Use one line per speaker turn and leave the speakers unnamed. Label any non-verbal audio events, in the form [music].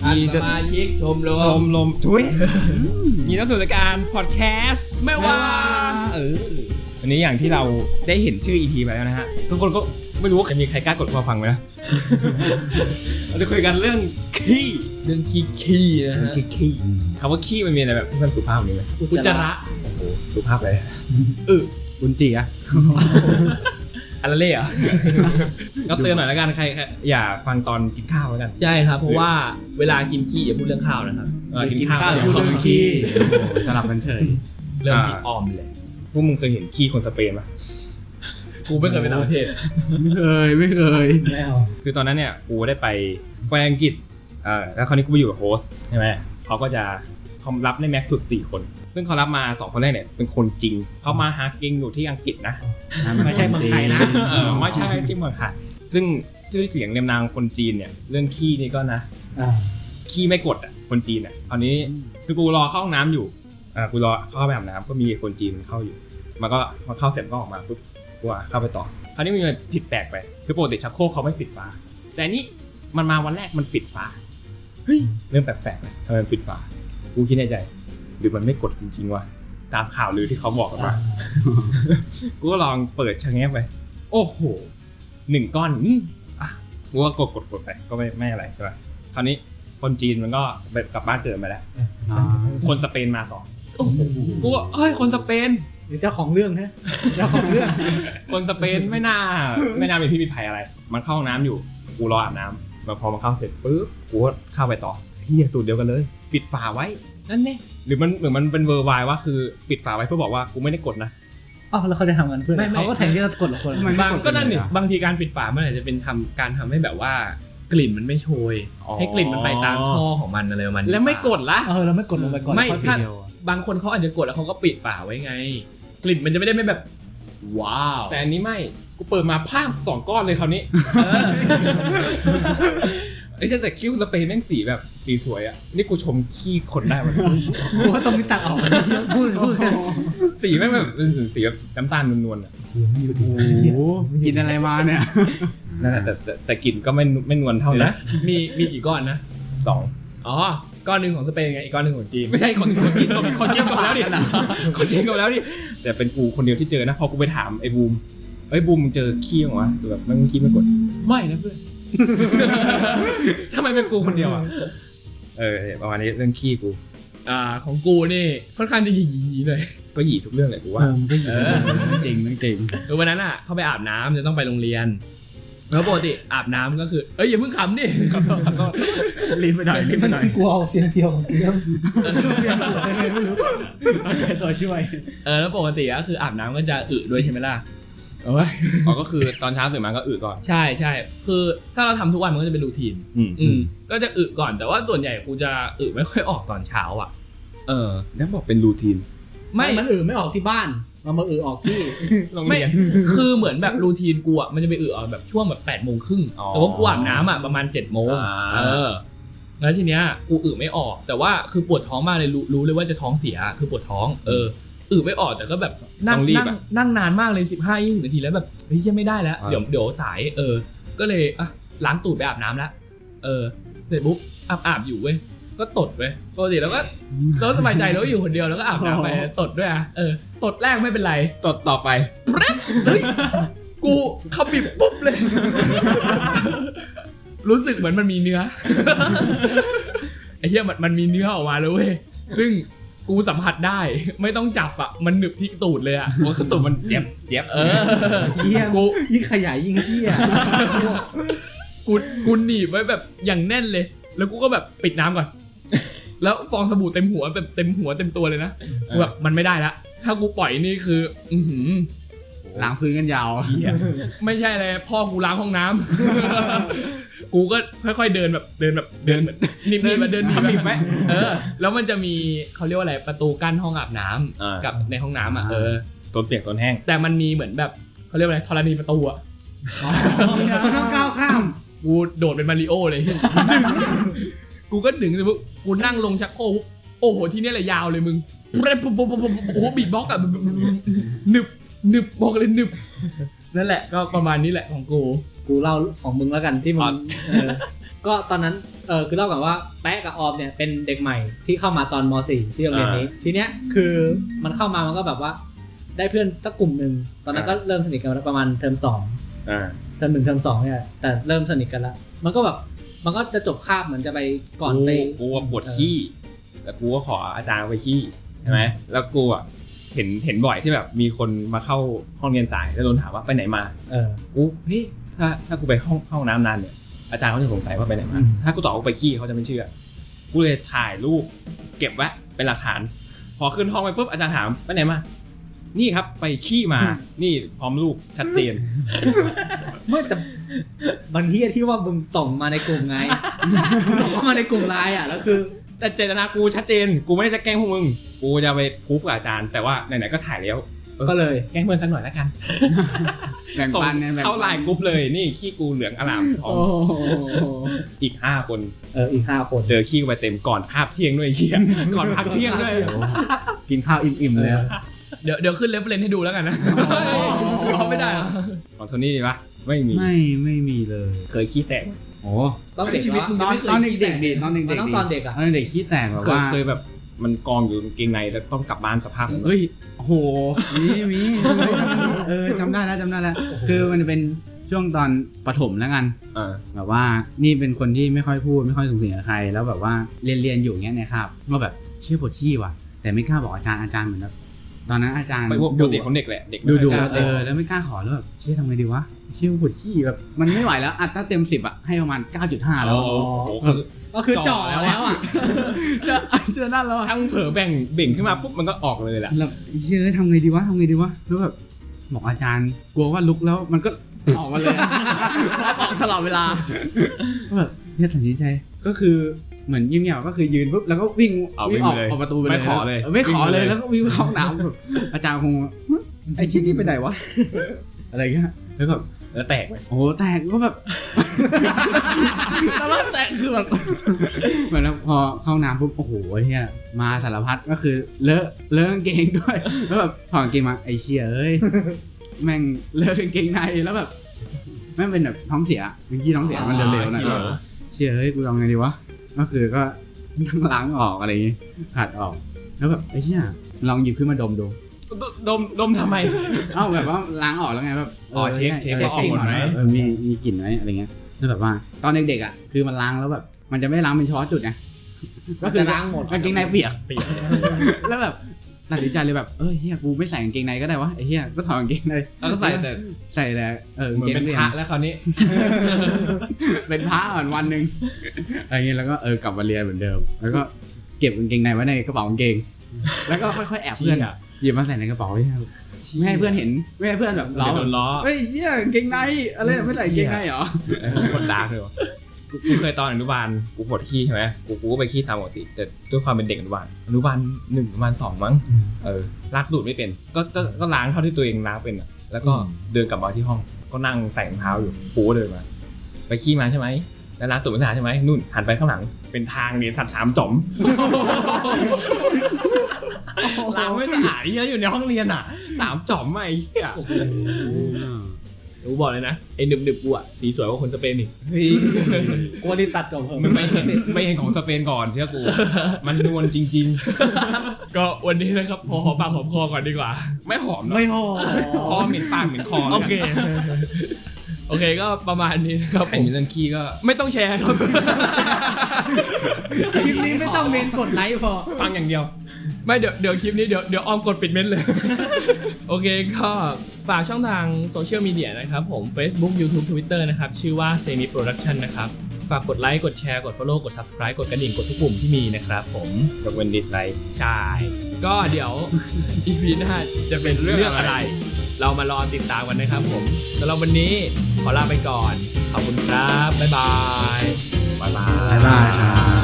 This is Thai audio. สมาชิกชมร
ช
ม
มรมช่วยมีนักสุรการพอดแคสต์
ไม่ว่า
เออวันนี้อย่างที่เราได้เห็นชื่ออีพีไปแล้วนะฮะ ทุกคนก็ไม่รู้ว่าจะมีใครกล้ากดมาฟังไหม [laughs] นะ เราจะคุยกันเรื่องขี้
เรื่องขี้ขี้นะฮะ
ขี้ขี้คำว่าขี้มันมีอะไรแบบที่มันสุภาพกว่านี้ไหม
อุจจาระ
โอ้โหสุภาพเลย
เออ
บุญจีอะ
อะไรเล่ห์อ่ะ ก็เตือนหน่อยแล้วกันใครอย่าฟังตอนกินข้าวแล้วกัน
ใช่ครับ เพราะว่าเวลากินขี้อย่าพูดเรื่องข้าวนะครับ
เออกินข้าว
อย่าพูดเรื่องขี้
สลับกันเฉย
เรื่องขี้อ้อมเลย
พวกมึงเคยเห็นขี้คนสเปนปะ
กูไม่เคยไปต่างประเทศ
ไม่เคย ไม่เคย
คือตอนนั้นเนี่ยกูได้ไปไปอังกฤษเออแล้วคราวนี้กูไปอยู่กับโฮสต์ใช่ไหมเขาก็จะคอมรับได้แม็กซ์สุด 4 คน ซึ่งเขารับมา 2 คนแรกเนี่ยเป็นคนจริง เขามาหาเก่งอยู่ที่อังกฤษนะ
ไม่ใช่เมืองไทยนะ
เออไม่ใช่ที่เมืองไทยซึ่งชื่อเสียงเรียมนางคนจีนเนี่ยเรื่องขี้นี่ก็นะขี้ไม่กดอ่ะคนจีนอ่ะคราวนี้คือกูรอเข้าห้องน้ำอยู่อ่ากูรอเข้าไปอาบน้ำก็มีคนจีนเข้าอยู่ มันก็มันเข้าเสร็จก็ออกมาปุ๊บกูอ่ะเข้าไปต่อคราวนี้มันมีอะไรผิดแปลกไปคือปกติชักโครกเขาไม่ปิดฝาแต่อันนี้มันมาวันแรกมันปิดฝาเฮ้ยเรื่องแปลกๆนะทำไมมันปิดฝากูคิดในใจหรือมันไม่กดจริงๆวะตามข่าวลือที่เขาบอกกันมา กูก็ลองเปิดชะแงะไป โอ้โหหนึ่งก้อนนี่อ่ะกูก็กดกดกดไปก็ไม่ไม่อะไรใช่ป่ะคราวนี้คนจีนมันก็ไปกลับบ้านเกิดมาแล้ว คนสเปนมาต่อกูก็เฮ้ยคนสเปน
หรือเจ้าของเรื่องฮะเจ้าของเรื่อง
คนสเปนไม่น่า ไม่น่ามีพี่มีภัยอะไร มันเข้าห้องน้ำอยู่ กูรออาบน้ำมาพอมาเข้าเสร็จปุ๊บ กูก็เข้าไปต่อที่เนี่ยสูตรเดียวกันเลย ปิดฝาไว้ นั่นเนี่ยหรือมันเหมือนมันเป็นเวอร์ไวว่าคือปิดฝาไว้เพื่อบอกว่ากูไม่ได้กดนะ
อ๋อแล้วเขาจะทำกันเพื่ออะไร
ไม่ไม่
เขาก็แทนที่จะกดหรอกคน
ไม่
บางก็นั่นนี่
เลยอะ
บางทีการปิดฝามันอาจจะเป็นทำการทำให้แบบว่ากลิ่นมันไม่โชย
อ๋อ
ให้กลิ่นมันไปตามท่อของมันอะไรประมาณนี้
แล้วไม่กดละ
เออเราไม่กดลงไปก่อน
ไม่
ค่อยปิด
ถ้าบางคนเขาอาจจะกดแล้วเขาก็ปิดฝาไว้ไง กลิ่นมันจะไม่ได้ไม่แบบ ว้าว
แต่อันนี้ไม่ กูเปิดมาภาพสองก้อนเลยคราวนี้ ไอ้ยแต่คิ้วสเปนแม่งสีแบบสีสวยอ่ะ นี่กูชมขี้คนได้มันย
กูว่าต้องมีตัดออกพูดพูดแค่
สีแม่งแบบเออสีแบบน้ำตาลนวลๆอ่ะ
โอ้กินอะไรมาเนี่ย
นั่นแหละแต่แต่แต่กลิ่นก็ไม่ไม่นวลเท่านะ
มีมีกี่ก้อนนะ
สอง
อ๋อ ก้อนหนึ่งของสเปนไง อีกก้อนหนึ่งของจีน
ไม่ใช่คนคนจีนจบคนจีนจบแล้วดิ [laughs] คนจีนจบแล้วดิแต่เป็นกูคนเดียวที่เจอนะพอกูไปถามไอ้บูมเอ้ยบูมมึงเจอขี้เหรอวะแบบมันขี้ไม่กด
ไม่นะเพื่อน
ทำไมเป็นกูคนเดียวอ่ะเออประมาณนี้เรื่องขี้กู
อ่า ของกูนี่ค่อนข้างจะหยีๆเลย
ก็หยีทุกเรื่องเลยกูว่า
เออมันก็อยู่เก่งมันเก่ง
คือวันนั้นอ่ะ เข้าไปอาบน้ำจะต้องไปโรงเรียน แล้วปกติอาบน้ำก็คือ เอ้ยอย่าเพิ่งขำดิ
รีบไปหน่อยรีบไปหน่อย
กูเอาเสียงเพียวของกูแล้วเสียงกูได้เลยไม่รู้เอาใช้ตัวช่วย
เออแล้วปกติก็คืออาบน้ำก็จะอึด้วยใช่ไหมล่ะโอ้ย
อ๋อก็คือตอนเช้าตื่นมาก็อืดก่อน
ใช่ใช่ คือถ้าเราทำทุกวันมันก็จะเป็นรูทีน
อืม
อืม ก็จะอึก่อน แต่ว่าส่วนใหญ่กูจะอึไม่ค่อยออกตอนเช้าอ่ะ เออ
แล้วบอกเป็นรูทีน
ไม่
ไม่
มันอือไม่ออกที่บ้านมันมาอือออกที่
ไม่ คือเหมือนแบบรูทีนกูอ่ะ มันจะไปอึออกแบบช่วงแบบแปดโมงครึ่ง
อ๋อ
แต่ว่ากูอาบน้ำอ่ะประมาณเจ็ดโมง
อ่า
เออ แล้วทีเนี้ยกูอึไม่ออก แต่ว่าคือปวดท้องมากเลยรู้รู้เลยว่าจะท้องเสีย คือปวดท้อง เออ อึไม่ออกแต่ก็แบบนั่
ต้องรีบ
นั่ง
อะ
นั่งนานมากเลยสิบห้ายี่สิบนาทีแล้วแบบเฮ้ยยังไม่ได้แล้ว
อ่า
เดี๋ยวเดี๋ยวสาย เออ ก็เลยอ่ะล้างตูดไปอาบน้ำละ เออ เสร็จปุ๊บอาบอาบอยู่เว้ย ก็ตดเว้ยปกติเราก็เราสบายใจเราก็อยู่คนเดียวแล้วก็อาบน้ำไปตดด้วยอ่ะ เออ ตดแรกไม่เป็นไร
ตดต่อไป
กูขมิบปุ๊บเลย รู้สึกเหมือนมันมีเนื้อ [laughs] ไอ้เหี้ยมันมันมีเนื้อออกมาแล้วเว้ย ซึ่งกูสัมผัสได้ ไม่ต้องจับอ่ะ มันหนึบที่ตูดเลยอ่ะ
โอ้คือตุ่มมันเย็บเย็บ
เออ
เยี่ย
กู
ยิ่งขยายยิ่งเที่ย
กูกูหนีบไว้แบบอย่างแน่นเลย แล้วกูก็แบบปิดน้ำก่อน แล้วฟองสบู่เต็มหัวแบบเต็มหัวเต็มตัวเลยนะกูแบบมันไม่ได้ละ ถ้ากูปล่อยนี่คือ อือหือ
ล้างพื้นกันยาว
ไม่ใช่เลยพ่อกูล้างห้องน้ำ [laughs] กูก็ค่อยๆเดินแบบเดินแบบเดินแบบนิ่มๆมาเดิน
ทำอีกไหม
เออ แล้วมันจะมีเขาเรียกว่าอะไรประตูกั้นห้องอาบน้ำ
อ่ากั
กับในห้องน้ำอ่ะ
อ่า
เออ
ต้นเปียกต้นแห้ง
แต่มันมีเหมือนแบบเขาเรียกว่าอะไรธรณีประตูอ่ะ
มันต้องก้าวข้าม
กูโดดเป็นมาริโอ [laughs] เลย กูก็ดึงเลยปุ๊บกูนั่งลงชักโครกปุ๊บโอ้โหที่นี่แหละยาวเลยมึงเปรปุ๊บปุ๊บปุ๊บปุ๊บโอ้โหบีบล็อกซ์อ่ะ [laughs] หนึบหนึบบอกเลยหนึบนั่นแหละก็ประมาณนี้แหละของกู
กูเล่าของมึงแล้วกันที่มึ
อ๋อ
งเออ
ก็ตอนนั้นเออคือเล่าก่อนว่าแป๊ะกับออมเนี่ยเป็นเด็กใหม่ที่เข้ามาตอนม .4 ที่โรงเรียนนี้ ทีเนี้ยคือมันเข้ามามันก็แบบว่า ได้เพื่อนสักกลุ่มหนึ่งตอนนั้นก็เริ่มสนิทกันแล้วประมาณเทอมสอง
อ่า
เทอมหนึ่งเทอมสองเนี่ยแต่เริ่มสนิทกันละมันก็แบบมันก็จะจบคาบเหมือนจะไปก่อนไป
กูว่าปวดขี้แต่กูก็ขออาจารย์ไปขี้ใช่ไหมแล้วกูอ่ะเห็นเห็นบ่อยที่แบบมีคนมาเข้าห้องเรียนสายแล้วโดนถามว่าไปไหนมา
เออ
กูเฮ้ยถ้าถ้ากูไปห้องห้องน้ำนานเนี่ยอาจารย์เขาจะสงสัยว่าไปไหนมา
อืม
ถ้ากูตอบว่าไปขี้เขาจะไม่เชื่อกูเลยถ่ายรูปเก็บไว้เป็นหลักฐาน พอขึ้นห้องไปปุ๊บอาจารย์ถามไปไหนมา นี่ครับไปขี้มานี่พร้อมรูปชัดเจน
เมื่อแต่บางทียที่ว่ามึงส่งมาในกลุ่มไง [laughs] มึงส่งเข้ามาในกลุ่มไลน์อ่ะแล้วคือ
แต่เจตนากูชัดเจน กูไม่ได้จะแกล้งพวกมึง กูจะไปพูฟกับอาจารย์ แต่ว่าไหนๆก็ถ่ายแล้ว
ก็เลย
แกล้งเพื่อนสักหน่อยแล้วกัน
แบ่ง
ส่ง
ปันเนี่ยแบ่งปัน
เข้าไลน์กรุ๊ปเลยนี่ขี้กูเหลืองอลามของ
โอ้โห
อีกห้าคน
เอออีกห้าคน
เจอขี้กูไปเต็มก่อนคาบเที่ยงด้วยไอ้เฮียก่อนพักเที่ยงด้วย
กินข้าวอิ่มๆเลยอะ
เดี๋ยวเดี๋ยวขึ้นเลฟเลนให้ดูแล้วกันนะเขาไม่ได้เหรอ
ของโทนี่ดีปะไม่มี
ไม่ไม่มีเลย
เคยขี้แตก
โอ้
ต้องเด็ก
ชีวิต
วะ
มึง
ต
จะ
อน
ไม่เคย
ตอนเด็กๆดิตอนเด็ก
มัน
ๆ
ต้องตอนเด็กอะ
ตอนเด็กขี้แตกแบบ
เคย
ว่า
เคยแบบมันกองอยู่กางเกงในแล้วต้องกลับบ้านสภาพนั้น
เอ้ยโอ้โหมีมี [laughs] เออจำได้แล้วจำได้แล้วคือมันเป็นช่วงตอนประถมแล้วกัน
อ่า
แบบว่านี่เป็นคนที่ไม่ค่อยพูดไม่ค่อยสูงสิงกับใคร แล้วแบบว่าเรียนเรียนอยู่อย่างเงี้ยนะครับว่าแบบเชื่อปวดขี้ว่ะ แต่ไม่กล้าบอกอาจารย์อาจารย์เหมือนแบบตอนนั้นอาจารย์
ไม่พวกป
ดุ
กติของเด็กแหละเด็ก
ดู
ไม่
ดู
ค่อยกล้า
เออแล้วไม่กล้าขอแล้วแบบเชื่อทำไงดีวะเชื่อปวดขี้แบบมันไม่ไหวแล้วอัตราเต็มสิบอ่ะให้ประมาณ 9.5 แล้ว
โอ้โหคือ
ก็คือ
จ่
จ่
อ
อ
แล้ว
แล้วอ่ะ
จะเจอนั่นแล้วอะ
ถ้ามึงเผลอแบ่งเบ่งขึ้นมาปุ๊บมันก็ออกเลยแหละ
แล้วเชื่อทำไงดีวะทำไงดีวะแล้วแบบบอกอาจารย์กลัวว่าลุกแล้วมันก็ออกมาเลยออกตลอดเวลา ก็แบบเนี่ยตัดสินใจก็คือเหมือนเงียบๆก็คือยืนปุ๊บแล้วก็วิ่ง
เอาวิ่
วิ่
ง
งออก
ไปเลย
ออกประตูไป
ไม่
เลย
ขอเลย
ออไม่ขอเลย
วิ่งไปเลย
แล้วก็วิ่งเข้าห้องน้ำแบบอาจารย์คงหึไอ้ชิ้นนี้ไปไหนวะ อะไรเงี้ยแล้วก็
แล้วแตกไป
โอ้แตกก็แบบแต่ว่าแตกคือแบบเหมือนแล้วพอเข้าห้องน้ำปุ๊บโอ้โหไอ้เฮียมาสารพัดก็คือเลอะเลอะกางเกงด้วยแล้วแบบถอดกางเกงมาไอ้เชี่ยเอ้ยแม่งเลอะกางเกงในแล้วแบบแม่งเป็นแบบท้องเสียเมื่อกี้ท้องเสียมันเร็วๆหน่อย เชี่ยเฮ้ยกูทำไงดีวะ ก็คือก็นั่งล้างออกอะไรอย่างงี้ขัดออก แล้วแบบไอ้เหี้ยลองหยิบขึ้นมาดมดู
ดมดมทำไม
เอ้าแบบว่าล้างออกแล้วไงแบบ
อ๋อเช็คเช็คว่าออกหมดไหม
เออมีมีกลิ่นไหมอะไรเงี้ยแล้วแบบว่าตอนเด็กๆอ่ะคือมันล้างแล้วแบบ มันจะไม่ล้างเป็นช้อนจุดไงก็คือ
จะล้างหมด
กางเกงในเปียกแล้วแบบตัดสินใจเลยแบบเออเฮียกูไม่ใส่กางเกงในก็ได้วะไอ้เฮียก็ถอดกางเกงใน
แล้วก็ใส่แต่
ใส่แต่เออ
เห
กาง
มือน
เกง
เป็น
เรีย
พ
น
ระแล้วคราวนี้
เป็นพระอ่อนวันหนึ่งอะไรเงี้ยแล้วก็เออกลับมาเรียนเหมือนเดิม แล้วก็เก็บกางเกงในไว้ในกระเป๋ากางเกง แล้วก็ค่อยๆแอบเพื่อน
เชี่ย
หยิบมาใส่ในกระเป๋าไม่ให้เพื่อนเห็นไม่ให้เพื่อนแบบ
เรา
ล้อ
โดนล้อ
เฮ้ยเหี้ยกางเกงในอะไรเนี่ยไม่ใส่กางเกงในเหรอ
กดดาร์กเลยวะกูกูเคยตอนอนุบาล กูปวดขี้ใช่ไหมกูกูก็ไปขี้ตามปกติ แต่ด้วยความเป็นเด็กอนุบาล อนุบาลหนึ่งอนุบาลสองมั้ง เออล้างดูดไม่เป็น ก็ก็ก็ล้างเท่าที่ตัวเองล้างเป็นอ่ะ แล้วก็เดินกลับมาที่ห้อง ก็นั่งใส่รองเท้าอยู่กูก็เดินมา ไปขี้มาใช่ไหม แล้วล้างตูดไม่สะอาดใช่ไหมนู่นหันไปข้างหลัง เป็นทางเนี่ยสัตว์สามจ๋อมล้างไม่สะอาดเยอะอยู่ในห้องเรียนอ่ะ สามจ๋อมไอ้เหี้ย
กูบอกเลยนะไอ้หนึบหนึบๆกูอะสีสวยกว่าคนสเปนอีก
เฮ้ย
กูรีบตัดจบเหอะ
ไม่เห็นไม่เห็นของสเปนก่อนเชื่อกู มันนวลจริง
ก็วันนี้นะครับ [laughs] พอหอมปากหอมคอก่อนดีกว่า
ๆ ไม่หอมหรอก
ไม่หอ
พอเหม็นปากเหม็นคอ
โอเค โอเคก็ประมาณนี้นะครับ
ใคร
ผม
มีเรื่องขี้ก็
ไม่ต้องแชร์ครับ
คลิปนี้ไม่ต้องเมนกดไลค์พอ
ฟังอย่างเดียว
ไม่เดี๋ยวเดี๋ยวคลิปนี้เดี๋ยวเดี๋ยวออมกดปิดเม้นท์เลย [laughs] โอเคก็ฝากช่องทางโซเชียลมีเดียนะครับผม Facebook YouTube Twitter นะครับ ชื่อว่า Semi Production นะครับ ฝากกดไลค์กดแชร์กด Follow กด Subscribe กดกระดิ่งกดทุกปุ่มที่มีนะครับผม
ยกเว้นดิสไลค์
ใช่ ก็เดี๋ยว [laughs] EP หน้าจะเป็นเรื่องอะไร เรามารอติดตามกันนะครับผมสำหรับวันนี้ขอลาไปก่อน ขอบคุณครับ บ๊ายบาย
บ๊ายบา
บ๊ายบายครับ